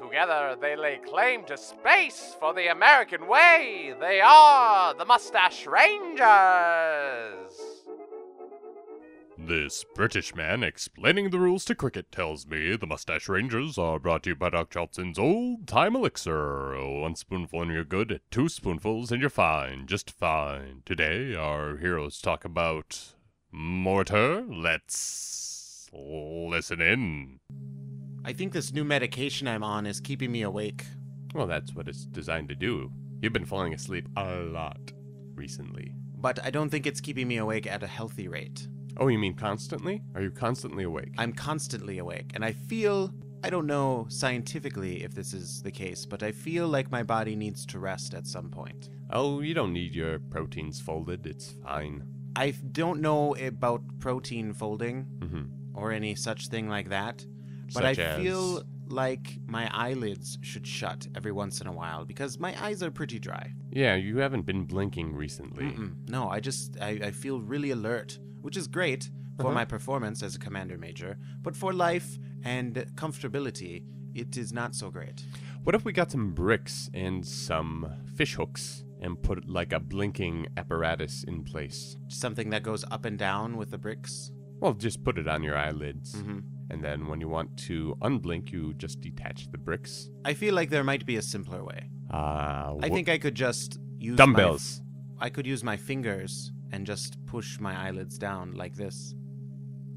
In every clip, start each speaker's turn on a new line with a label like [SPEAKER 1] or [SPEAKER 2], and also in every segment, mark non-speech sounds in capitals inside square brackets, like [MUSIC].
[SPEAKER 1] Together, they lay claim to space for the American way. They are the Mustache Rangers.
[SPEAKER 2] This British man explaining the rules to cricket tells me the Mustache Rangers are brought to you by Doc Johnson's Old Time Elixir. One spoonful and you're good, two spoonfuls and you're fine, just fine. Today, our heroes talk about mortar. Let's listen in.
[SPEAKER 3] I think this new medication I'm on is keeping me awake.
[SPEAKER 2] Well, that's what it's designed to do. You've been falling asleep a lot recently.
[SPEAKER 3] But I don't think it's keeping me awake at a healthy rate.
[SPEAKER 2] Oh, you mean constantly? Are you constantly awake?
[SPEAKER 3] I'm constantly awake, and I feel. I don't know scientifically if this is the case, but I feel like my body needs to rest at some point.
[SPEAKER 2] Oh, you don't need your proteins folded. It's fine.
[SPEAKER 3] I f- don't know about protein folding
[SPEAKER 2] Mm-hmm.
[SPEAKER 3] or any such thing like that, but
[SPEAKER 2] Such
[SPEAKER 3] I
[SPEAKER 2] as-
[SPEAKER 3] feel like my eyelids should shut every once in a while because my eyes are pretty dry.
[SPEAKER 2] Yeah, you haven't been blinking recently.
[SPEAKER 3] Mm-mm. No, I just I, I feel really alert, which is great for
[SPEAKER 2] Uh-huh.
[SPEAKER 3] my performance as a commander major, but for life and comfortability, it is not so great.
[SPEAKER 2] What if we got some bricks and some fish hooks and put like a blinking apparatus in place?
[SPEAKER 3] Something that goes up and down with the bricks.
[SPEAKER 2] Well, just put it on your eyelids.
[SPEAKER 3] Mhm.
[SPEAKER 2] And then when you want to unblink, you just detach the bricks.
[SPEAKER 3] I feel like there might be a simpler way.
[SPEAKER 2] Uh,
[SPEAKER 3] I
[SPEAKER 2] wh-
[SPEAKER 3] think I could just use my-
[SPEAKER 2] dumbbells.
[SPEAKER 3] I could use my fingers and just push my eyelids down like this.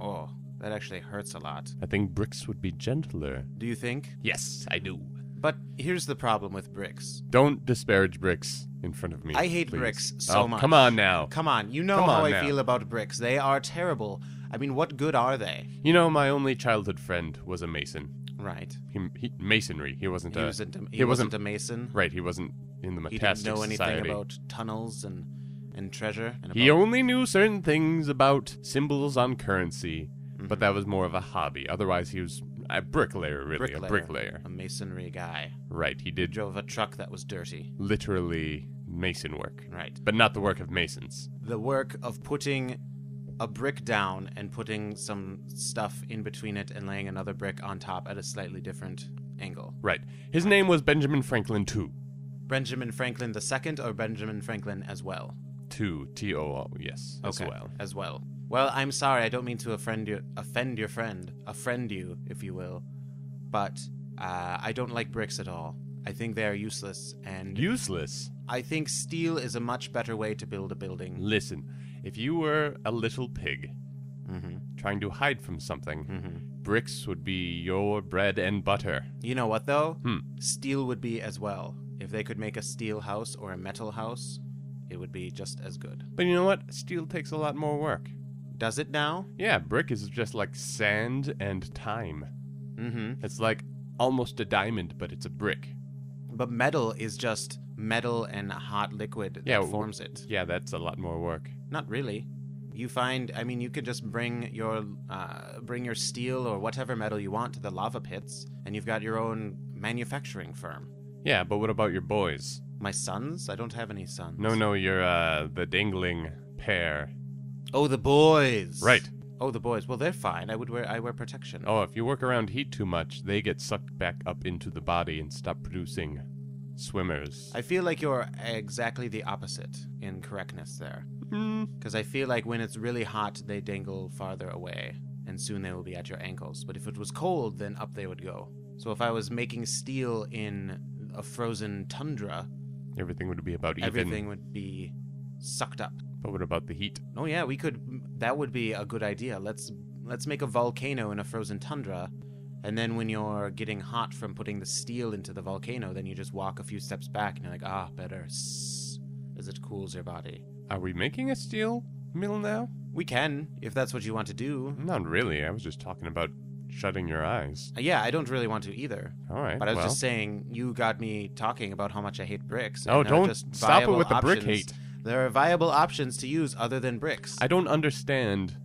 [SPEAKER 3] Oh, that actually hurts a lot.
[SPEAKER 2] I think bricks would be gentler.
[SPEAKER 3] Do you think?
[SPEAKER 2] Yes, I do.
[SPEAKER 3] But here's the problem with bricks.
[SPEAKER 2] Don't disparage bricks in front of me.
[SPEAKER 3] I hate
[SPEAKER 2] please.
[SPEAKER 3] bricks so
[SPEAKER 2] Oh,
[SPEAKER 3] much.
[SPEAKER 2] Come on now.
[SPEAKER 3] Come on, you know
[SPEAKER 2] Come
[SPEAKER 3] how
[SPEAKER 2] on
[SPEAKER 3] I
[SPEAKER 2] now.
[SPEAKER 3] feel about bricks. They are terrible. I mean, what good are they?
[SPEAKER 2] You know, my only childhood friend was a mason.
[SPEAKER 3] Right.
[SPEAKER 2] He, he masonry. He wasn't
[SPEAKER 3] He
[SPEAKER 2] a
[SPEAKER 3] wasn't a, he
[SPEAKER 2] he
[SPEAKER 3] wasn't,
[SPEAKER 2] wasn't-
[SPEAKER 3] a mason.
[SPEAKER 2] right. He wasn't in the
[SPEAKER 3] He
[SPEAKER 2] Metastic
[SPEAKER 3] didn't know anything
[SPEAKER 2] Society.
[SPEAKER 3] about tunnels and and treasure. And
[SPEAKER 2] He
[SPEAKER 3] about-
[SPEAKER 2] only knew certain things about symbols on currency,
[SPEAKER 3] Mm-hmm.
[SPEAKER 2] but that was more of a hobby. Otherwise, he was a bricklayer, really, a bricklayer.
[SPEAKER 3] a masonry guy.
[SPEAKER 2] Right, he did
[SPEAKER 3] Drove a truck that was dirty.
[SPEAKER 2] literally mason work,
[SPEAKER 3] Right.
[SPEAKER 2] but not the work of masons.
[SPEAKER 3] The work of putting a brick down and putting some stuff in between it and laying another brick on top at a slightly different angle.
[SPEAKER 2] Right. His name was Benjamin Franklin too.
[SPEAKER 3] Benjamin Franklin II or Benjamin Franklin as well?
[SPEAKER 2] Two T O O. Yes, as well.
[SPEAKER 3] As well. Well, I'm sorry. I don't mean to offend your offend your friend, offend you, if you will. But uh, I don't like bricks at all. I think they are useless, and
[SPEAKER 2] Useless.
[SPEAKER 3] I think steel is a much better way to build a building.
[SPEAKER 2] Listen, if you were a little pig
[SPEAKER 3] Mm-hmm.
[SPEAKER 2] trying to hide from something,
[SPEAKER 3] Mm-hmm.
[SPEAKER 2] bricks would be your bread and butter.
[SPEAKER 3] You know what though?
[SPEAKER 2] Hmm.
[SPEAKER 3] Steel would be as well. If they could make a steel house or a metal house, it would be just as good.
[SPEAKER 2] But you know what? Steel takes a lot more work.
[SPEAKER 3] Does it now?
[SPEAKER 2] Yeah, brick is just like sand and time.
[SPEAKER 3] Mm-hmm.
[SPEAKER 2] It's like almost a diamond, but it's a brick.
[SPEAKER 3] But metal is just metal and hot liquid that
[SPEAKER 2] Yeah, w-
[SPEAKER 3] forms it.
[SPEAKER 2] Yeah, that's a lot more work.
[SPEAKER 3] Not really. You find, I mean, you could just bring your uh, bring your steel or whatever metal you want to the lava pits, and you've got your own manufacturing firm.
[SPEAKER 2] Yeah, but what about your boys?
[SPEAKER 3] My sons? I don't have any sons.
[SPEAKER 2] No, no, you're uh, the dangling pair.
[SPEAKER 3] Oh, the boys.
[SPEAKER 2] Right.
[SPEAKER 3] Oh, the boys. Well, they're fine. I would wear I wear protection.
[SPEAKER 2] Oh, if you work around heat too much, they get sucked back up into the body and stop producing swimmers.
[SPEAKER 3] I feel like you're exactly the opposite in correctness there,
[SPEAKER 2] Mm,
[SPEAKER 3] because I feel like when it's really hot, they dangle farther away, and soon they will be at your ankles. But if it was cold, then up they would go. So if I was making steel in a frozen tundra,
[SPEAKER 2] everything would be about even.
[SPEAKER 3] everything would be sucked up.
[SPEAKER 2] But what about the heat?
[SPEAKER 3] Oh yeah, we could. That would be a good idea. Let's let's make a volcano in a frozen tundra, and then when you're getting hot from putting the steel into the volcano, then you just walk a few steps back and you're like, ah, better, s- as it cools your body.
[SPEAKER 2] Are we making a steel mill now?
[SPEAKER 3] We can, if that's what you want to do.
[SPEAKER 2] Not really. I was just talking about shutting your eyes.
[SPEAKER 3] Uh, Yeah, I don't really want to either.
[SPEAKER 2] All right.
[SPEAKER 3] But I was
[SPEAKER 2] well.
[SPEAKER 3] just saying, you got me talking about how much I hate bricks.
[SPEAKER 2] No,
[SPEAKER 3] and there are
[SPEAKER 2] don't
[SPEAKER 3] just
[SPEAKER 2] stop it
[SPEAKER 3] viable
[SPEAKER 2] with the brick
[SPEAKER 3] options-
[SPEAKER 2] hate.
[SPEAKER 3] There are viable options to use other than bricks.
[SPEAKER 2] I don't understand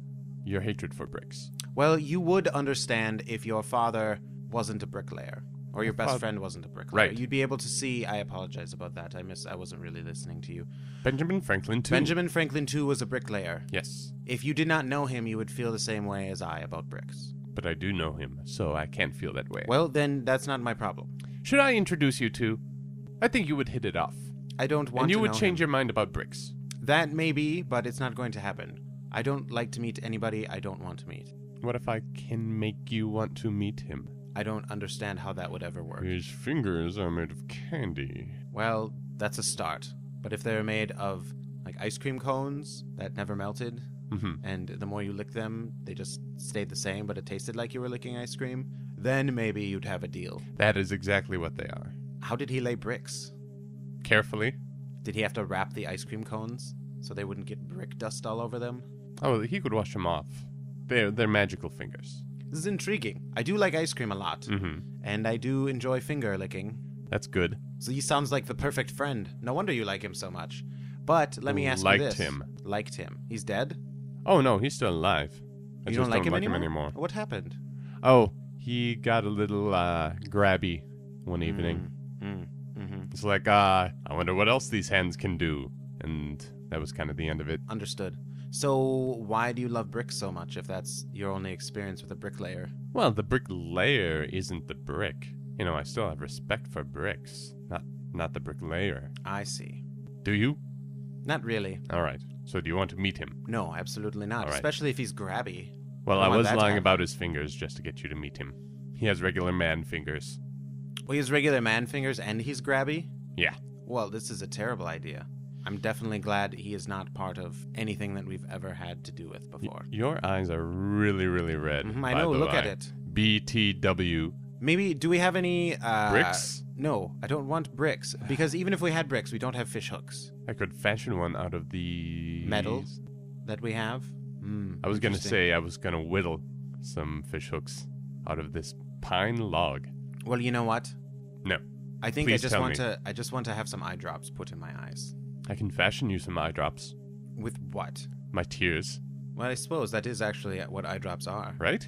[SPEAKER 2] your hatred for bricks.
[SPEAKER 3] well, you would understand if your father wasn't a bricklayer or your best
[SPEAKER 2] father-
[SPEAKER 3] friend wasn't a bricklayer.
[SPEAKER 2] Right.
[SPEAKER 3] You'd be able to see. I apologize about that. I miss. I wasn't really listening to you.
[SPEAKER 2] Benjamin Franklin too.
[SPEAKER 3] Benjamin Franklin too was a bricklayer.
[SPEAKER 2] Yes,
[SPEAKER 3] If you did not know him, you would feel the same way as I about bricks.
[SPEAKER 2] but I do know him, so I can't feel that way.
[SPEAKER 3] Well, then that's not my problem.
[SPEAKER 2] Should I introduce you to? I think you would hit it off,
[SPEAKER 3] I don't want
[SPEAKER 2] and you
[SPEAKER 3] to
[SPEAKER 2] would
[SPEAKER 3] know
[SPEAKER 2] change
[SPEAKER 3] him.
[SPEAKER 2] your mind about bricks.
[SPEAKER 3] That may be, but it's not going to happen. I don't like to meet anybody I don't want to meet.
[SPEAKER 2] What if I can make you want to meet him?
[SPEAKER 3] I don't understand how that would ever work.
[SPEAKER 2] His fingers are made of candy.
[SPEAKER 3] Well, that's a start. But if they're made of like ice cream cones that never melted,
[SPEAKER 2] Mm-hmm.
[SPEAKER 3] and the more you lick them, they just stayed the same, but it tasted like you were licking ice cream, then maybe you'd have a deal.
[SPEAKER 2] That is exactly what they are.
[SPEAKER 3] How did he lay bricks?
[SPEAKER 2] Carefully.
[SPEAKER 3] Did he have to wrap the ice cream cones so they wouldn't get brick dust all over them?
[SPEAKER 2] Oh, he could wash them off. They're they're magical fingers.
[SPEAKER 3] This is intriguing. I do like ice cream a lot,
[SPEAKER 2] Mm-hmm.
[SPEAKER 3] and I do enjoy finger licking.
[SPEAKER 2] That's good.
[SPEAKER 3] So he sounds like the perfect friend. No wonder you like him so much. But let me
[SPEAKER 2] You
[SPEAKER 3] ask
[SPEAKER 2] liked
[SPEAKER 3] you this.
[SPEAKER 2] him.
[SPEAKER 3] Liked him. He's dead?
[SPEAKER 2] Oh no, he's still alive. I
[SPEAKER 3] you
[SPEAKER 2] just
[SPEAKER 3] don't like, him, anymore?
[SPEAKER 2] anymore.
[SPEAKER 3] What happened?
[SPEAKER 2] Oh, he got a little uh, grabby one evening.
[SPEAKER 3] Mm, mhm.
[SPEAKER 2] It's like, uh, I wonder what else these hands can do. And that was kind of the end of it.
[SPEAKER 3] Understood. So why do you love bricks so much if that's your only experience with a bricklayer?
[SPEAKER 2] Well, the brick layer isn't the brick. You know, I still have respect for bricks, not not the brick layer.
[SPEAKER 3] I see.
[SPEAKER 2] Do you?
[SPEAKER 3] Not really.
[SPEAKER 2] All right. So do you want to meet him?
[SPEAKER 3] No, absolutely not.
[SPEAKER 2] All right.
[SPEAKER 3] Especially if he's grabby.
[SPEAKER 2] Well,
[SPEAKER 3] I
[SPEAKER 2] I
[SPEAKER 3] want
[SPEAKER 2] was
[SPEAKER 3] that to
[SPEAKER 2] lying
[SPEAKER 3] happen.
[SPEAKER 2] about his fingers just to get you to meet him. He has regular man fingers.
[SPEAKER 3] Well, he's regular man fingers and he's grabby?
[SPEAKER 2] Yeah.
[SPEAKER 3] Well, this is a terrible idea. I'm definitely glad he is not part of anything that we've ever had to do with
[SPEAKER 2] Y-
[SPEAKER 3] before.
[SPEAKER 2] your eyes are really, really red.
[SPEAKER 3] Mhm, I
[SPEAKER 2] by
[SPEAKER 3] know,
[SPEAKER 2] the
[SPEAKER 3] look at
[SPEAKER 2] way.
[SPEAKER 3] it.
[SPEAKER 2] BTW.
[SPEAKER 3] Maybe do we have any uh,
[SPEAKER 2] Bricks?
[SPEAKER 3] No, I don't want bricks because even if we had bricks, we don't have fish hooks
[SPEAKER 2] I could fashion one out of the
[SPEAKER 3] Metal? that we have. Hmm,
[SPEAKER 2] I was gonna
[SPEAKER 3] interesting.
[SPEAKER 2] say I was gonna whittle some fish hooks out of this pine log.
[SPEAKER 3] Well, you know what?
[SPEAKER 2] No,
[SPEAKER 3] I think I
[SPEAKER 2] Please
[SPEAKER 3] just
[SPEAKER 2] tell
[SPEAKER 3] want
[SPEAKER 2] me.
[SPEAKER 3] to. I just want to have some eye drops put in my eyes.
[SPEAKER 2] I can fashion you some eye drops.
[SPEAKER 3] With what?
[SPEAKER 2] My tears,
[SPEAKER 3] Well, I suppose that is actually what eye drops are.
[SPEAKER 2] right?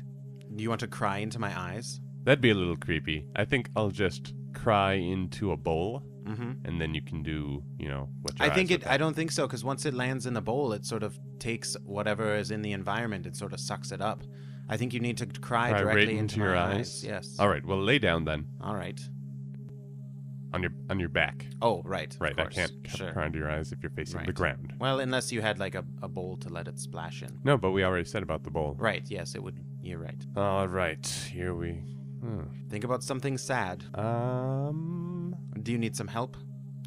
[SPEAKER 3] Do you want to cry into my eyes?
[SPEAKER 2] That'd be a little creepy. I think I'll just cry into a bowl,
[SPEAKER 3] Mm-hmm.
[SPEAKER 2] and then you can do, you know, what. Your
[SPEAKER 3] I think
[SPEAKER 2] eyes
[SPEAKER 3] it. I don't think so because once it lands in the bowl, it sort of takes whatever is in the environment and sort of sucks it up. I think you need to cry,
[SPEAKER 2] Cry
[SPEAKER 3] directly
[SPEAKER 2] right into
[SPEAKER 3] my
[SPEAKER 2] your eyes?
[SPEAKER 3] eyes. Yes.
[SPEAKER 2] All right. Well, lay down then
[SPEAKER 3] All right.
[SPEAKER 2] on your on your back.
[SPEAKER 3] Oh, right. of
[SPEAKER 2] Right. I
[SPEAKER 3] course.
[SPEAKER 2] can't
[SPEAKER 3] Sure.
[SPEAKER 2] cry into your eyes if you're facing the
[SPEAKER 3] Right.
[SPEAKER 2] ground.
[SPEAKER 3] Well, unless you had like a, a bowl to let it splash in.
[SPEAKER 2] No, but we already said about the bowl.
[SPEAKER 3] Right, yes, it would. You're right.
[SPEAKER 2] All right. Here we. hmm.
[SPEAKER 3] Think about something sad.
[SPEAKER 2] Um.
[SPEAKER 3] Do you need some help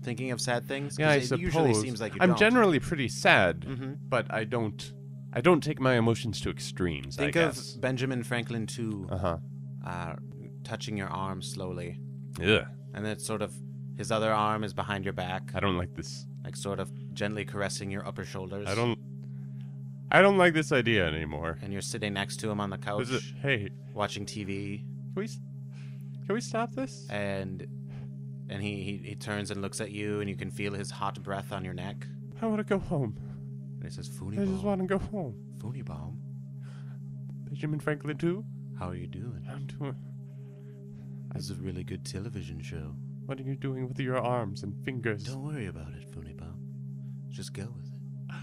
[SPEAKER 3] thinking of sad things? 'Cause
[SPEAKER 2] Yeah, I
[SPEAKER 3] it
[SPEAKER 2] suppose.
[SPEAKER 3] usually seems like you
[SPEAKER 2] I'm
[SPEAKER 3] don't.
[SPEAKER 2] generally pretty sad,
[SPEAKER 3] Mhm.
[SPEAKER 2] but I don't. I don't take my emotions to extremes.
[SPEAKER 3] Think
[SPEAKER 2] I
[SPEAKER 3] of
[SPEAKER 2] guess.
[SPEAKER 3] Benjamin Franklin too,
[SPEAKER 2] Uh huh.
[SPEAKER 3] uh, touching your arm slowly,
[SPEAKER 2] Ugh.
[SPEAKER 3] and then it's sort of his other arm is behind your back,
[SPEAKER 2] I don't like this.
[SPEAKER 3] like sort of gently caressing your upper shoulders.
[SPEAKER 2] I don't. I don't like this idea anymore.
[SPEAKER 3] And you're sitting next to him on the couch,
[SPEAKER 2] This is- hey,
[SPEAKER 3] watching TV,
[SPEAKER 2] can we? s- Can we stop this?
[SPEAKER 3] and and he, he he turns and looks at you, and you can feel his hot breath on your neck.
[SPEAKER 2] I want to go home.
[SPEAKER 3] And he says,
[SPEAKER 2] I
[SPEAKER 3] "Phony
[SPEAKER 2] just
[SPEAKER 3] bomb,
[SPEAKER 2] want to go home.
[SPEAKER 3] phony bomb,
[SPEAKER 2] Benjamin Franklin too.
[SPEAKER 3] how are you doing?
[SPEAKER 2] I'm doing.
[SPEAKER 3] This is a really good television show.
[SPEAKER 2] What are you doing with your arms and fingers?
[SPEAKER 3] Don't worry about it, Phony Bomb. Just go with it.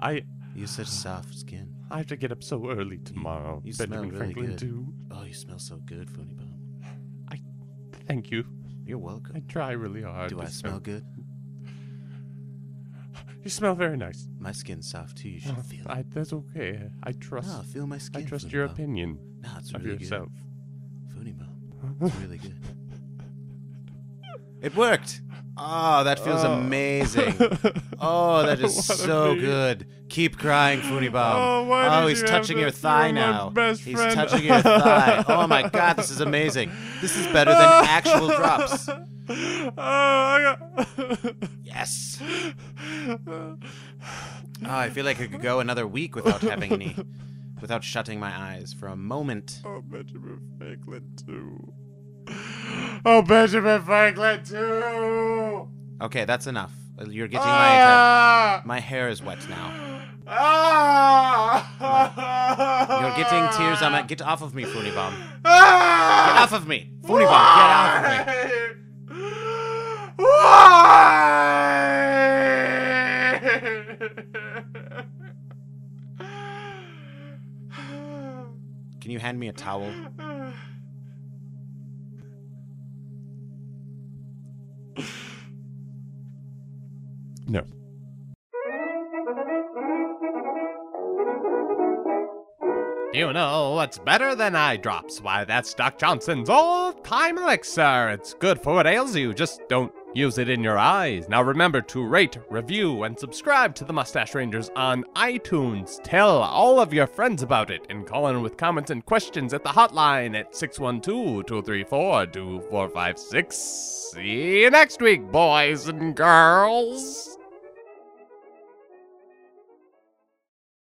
[SPEAKER 2] I.
[SPEAKER 3] You have such
[SPEAKER 2] [SIGHS]
[SPEAKER 3] soft skin.
[SPEAKER 2] I have to get up so early tomorrow.
[SPEAKER 3] you smell
[SPEAKER 2] Benjamin
[SPEAKER 3] really
[SPEAKER 2] Franklin
[SPEAKER 3] good.
[SPEAKER 2] too.
[SPEAKER 3] Oh, you smell so good, Phony Bomb.
[SPEAKER 2] Thank you.
[SPEAKER 3] You're
[SPEAKER 2] I
[SPEAKER 3] welcome.
[SPEAKER 2] try really hard.
[SPEAKER 3] Do
[SPEAKER 2] to
[SPEAKER 3] I smell good?
[SPEAKER 2] You smell very nice.
[SPEAKER 3] My skin's soft too. You should
[SPEAKER 2] Oh,
[SPEAKER 3] feel it.
[SPEAKER 2] I, that's okay. I trust.
[SPEAKER 3] No, feel my
[SPEAKER 2] I
[SPEAKER 3] skin.
[SPEAKER 2] trust
[SPEAKER 3] Phony
[SPEAKER 2] your
[SPEAKER 3] Bomb.
[SPEAKER 2] opinion
[SPEAKER 3] No, it's
[SPEAKER 2] of
[SPEAKER 3] really
[SPEAKER 2] yourself.
[SPEAKER 3] good. Phony
[SPEAKER 2] [LAUGHS]
[SPEAKER 3] Bomb. It's really good. It worked. Oh, that feels
[SPEAKER 2] Oh. [LAUGHS]
[SPEAKER 3] amazing.
[SPEAKER 4] [LAUGHS]
[SPEAKER 3] Oh, that
[SPEAKER 2] I
[SPEAKER 3] is
[SPEAKER 2] wanna
[SPEAKER 3] so
[SPEAKER 2] be-
[SPEAKER 3] good. Keep crying, Phony Bomb.
[SPEAKER 2] Oh, why did
[SPEAKER 3] he's
[SPEAKER 2] you have
[SPEAKER 3] touching
[SPEAKER 2] this?
[SPEAKER 3] your thigh
[SPEAKER 2] You're my
[SPEAKER 3] now.
[SPEAKER 2] best
[SPEAKER 3] he's
[SPEAKER 2] friend.
[SPEAKER 3] touching your
[SPEAKER 2] [LAUGHS]
[SPEAKER 3] thigh. Oh my god, this is amazing. This is better than
[SPEAKER 4] [LAUGHS]
[SPEAKER 3] actual drops.
[SPEAKER 2] oh, I got.
[SPEAKER 3] Yes. Oh, I feel like I could go another week without having any. without shutting my eyes for a moment.
[SPEAKER 4] Oh, Benjamin Franklin, too. Oh, Benjamin Franklin, too!
[SPEAKER 3] Okay, that's enough. You're getting my atten-
[SPEAKER 4] ah!
[SPEAKER 3] my hair is wet now.
[SPEAKER 4] Ah!
[SPEAKER 3] You're getting tears on my get off of me, Funibomb. Get
[SPEAKER 4] Ah!
[SPEAKER 3] off of me, Funibomb. Get off of me. Can you hand me a towel?
[SPEAKER 4] No.
[SPEAKER 2] You know what's better than eye drops? Why, that's Doc Johnson's old time elixir. It's good for what ails you, just don't use it in your eyes. Now remember to rate, review, and subscribe to the Mustache Rangers on iTunes. Tell all of your friends about it and call in with comments and questions at the hotline at 612 234 2456. See you next week, boys and girls.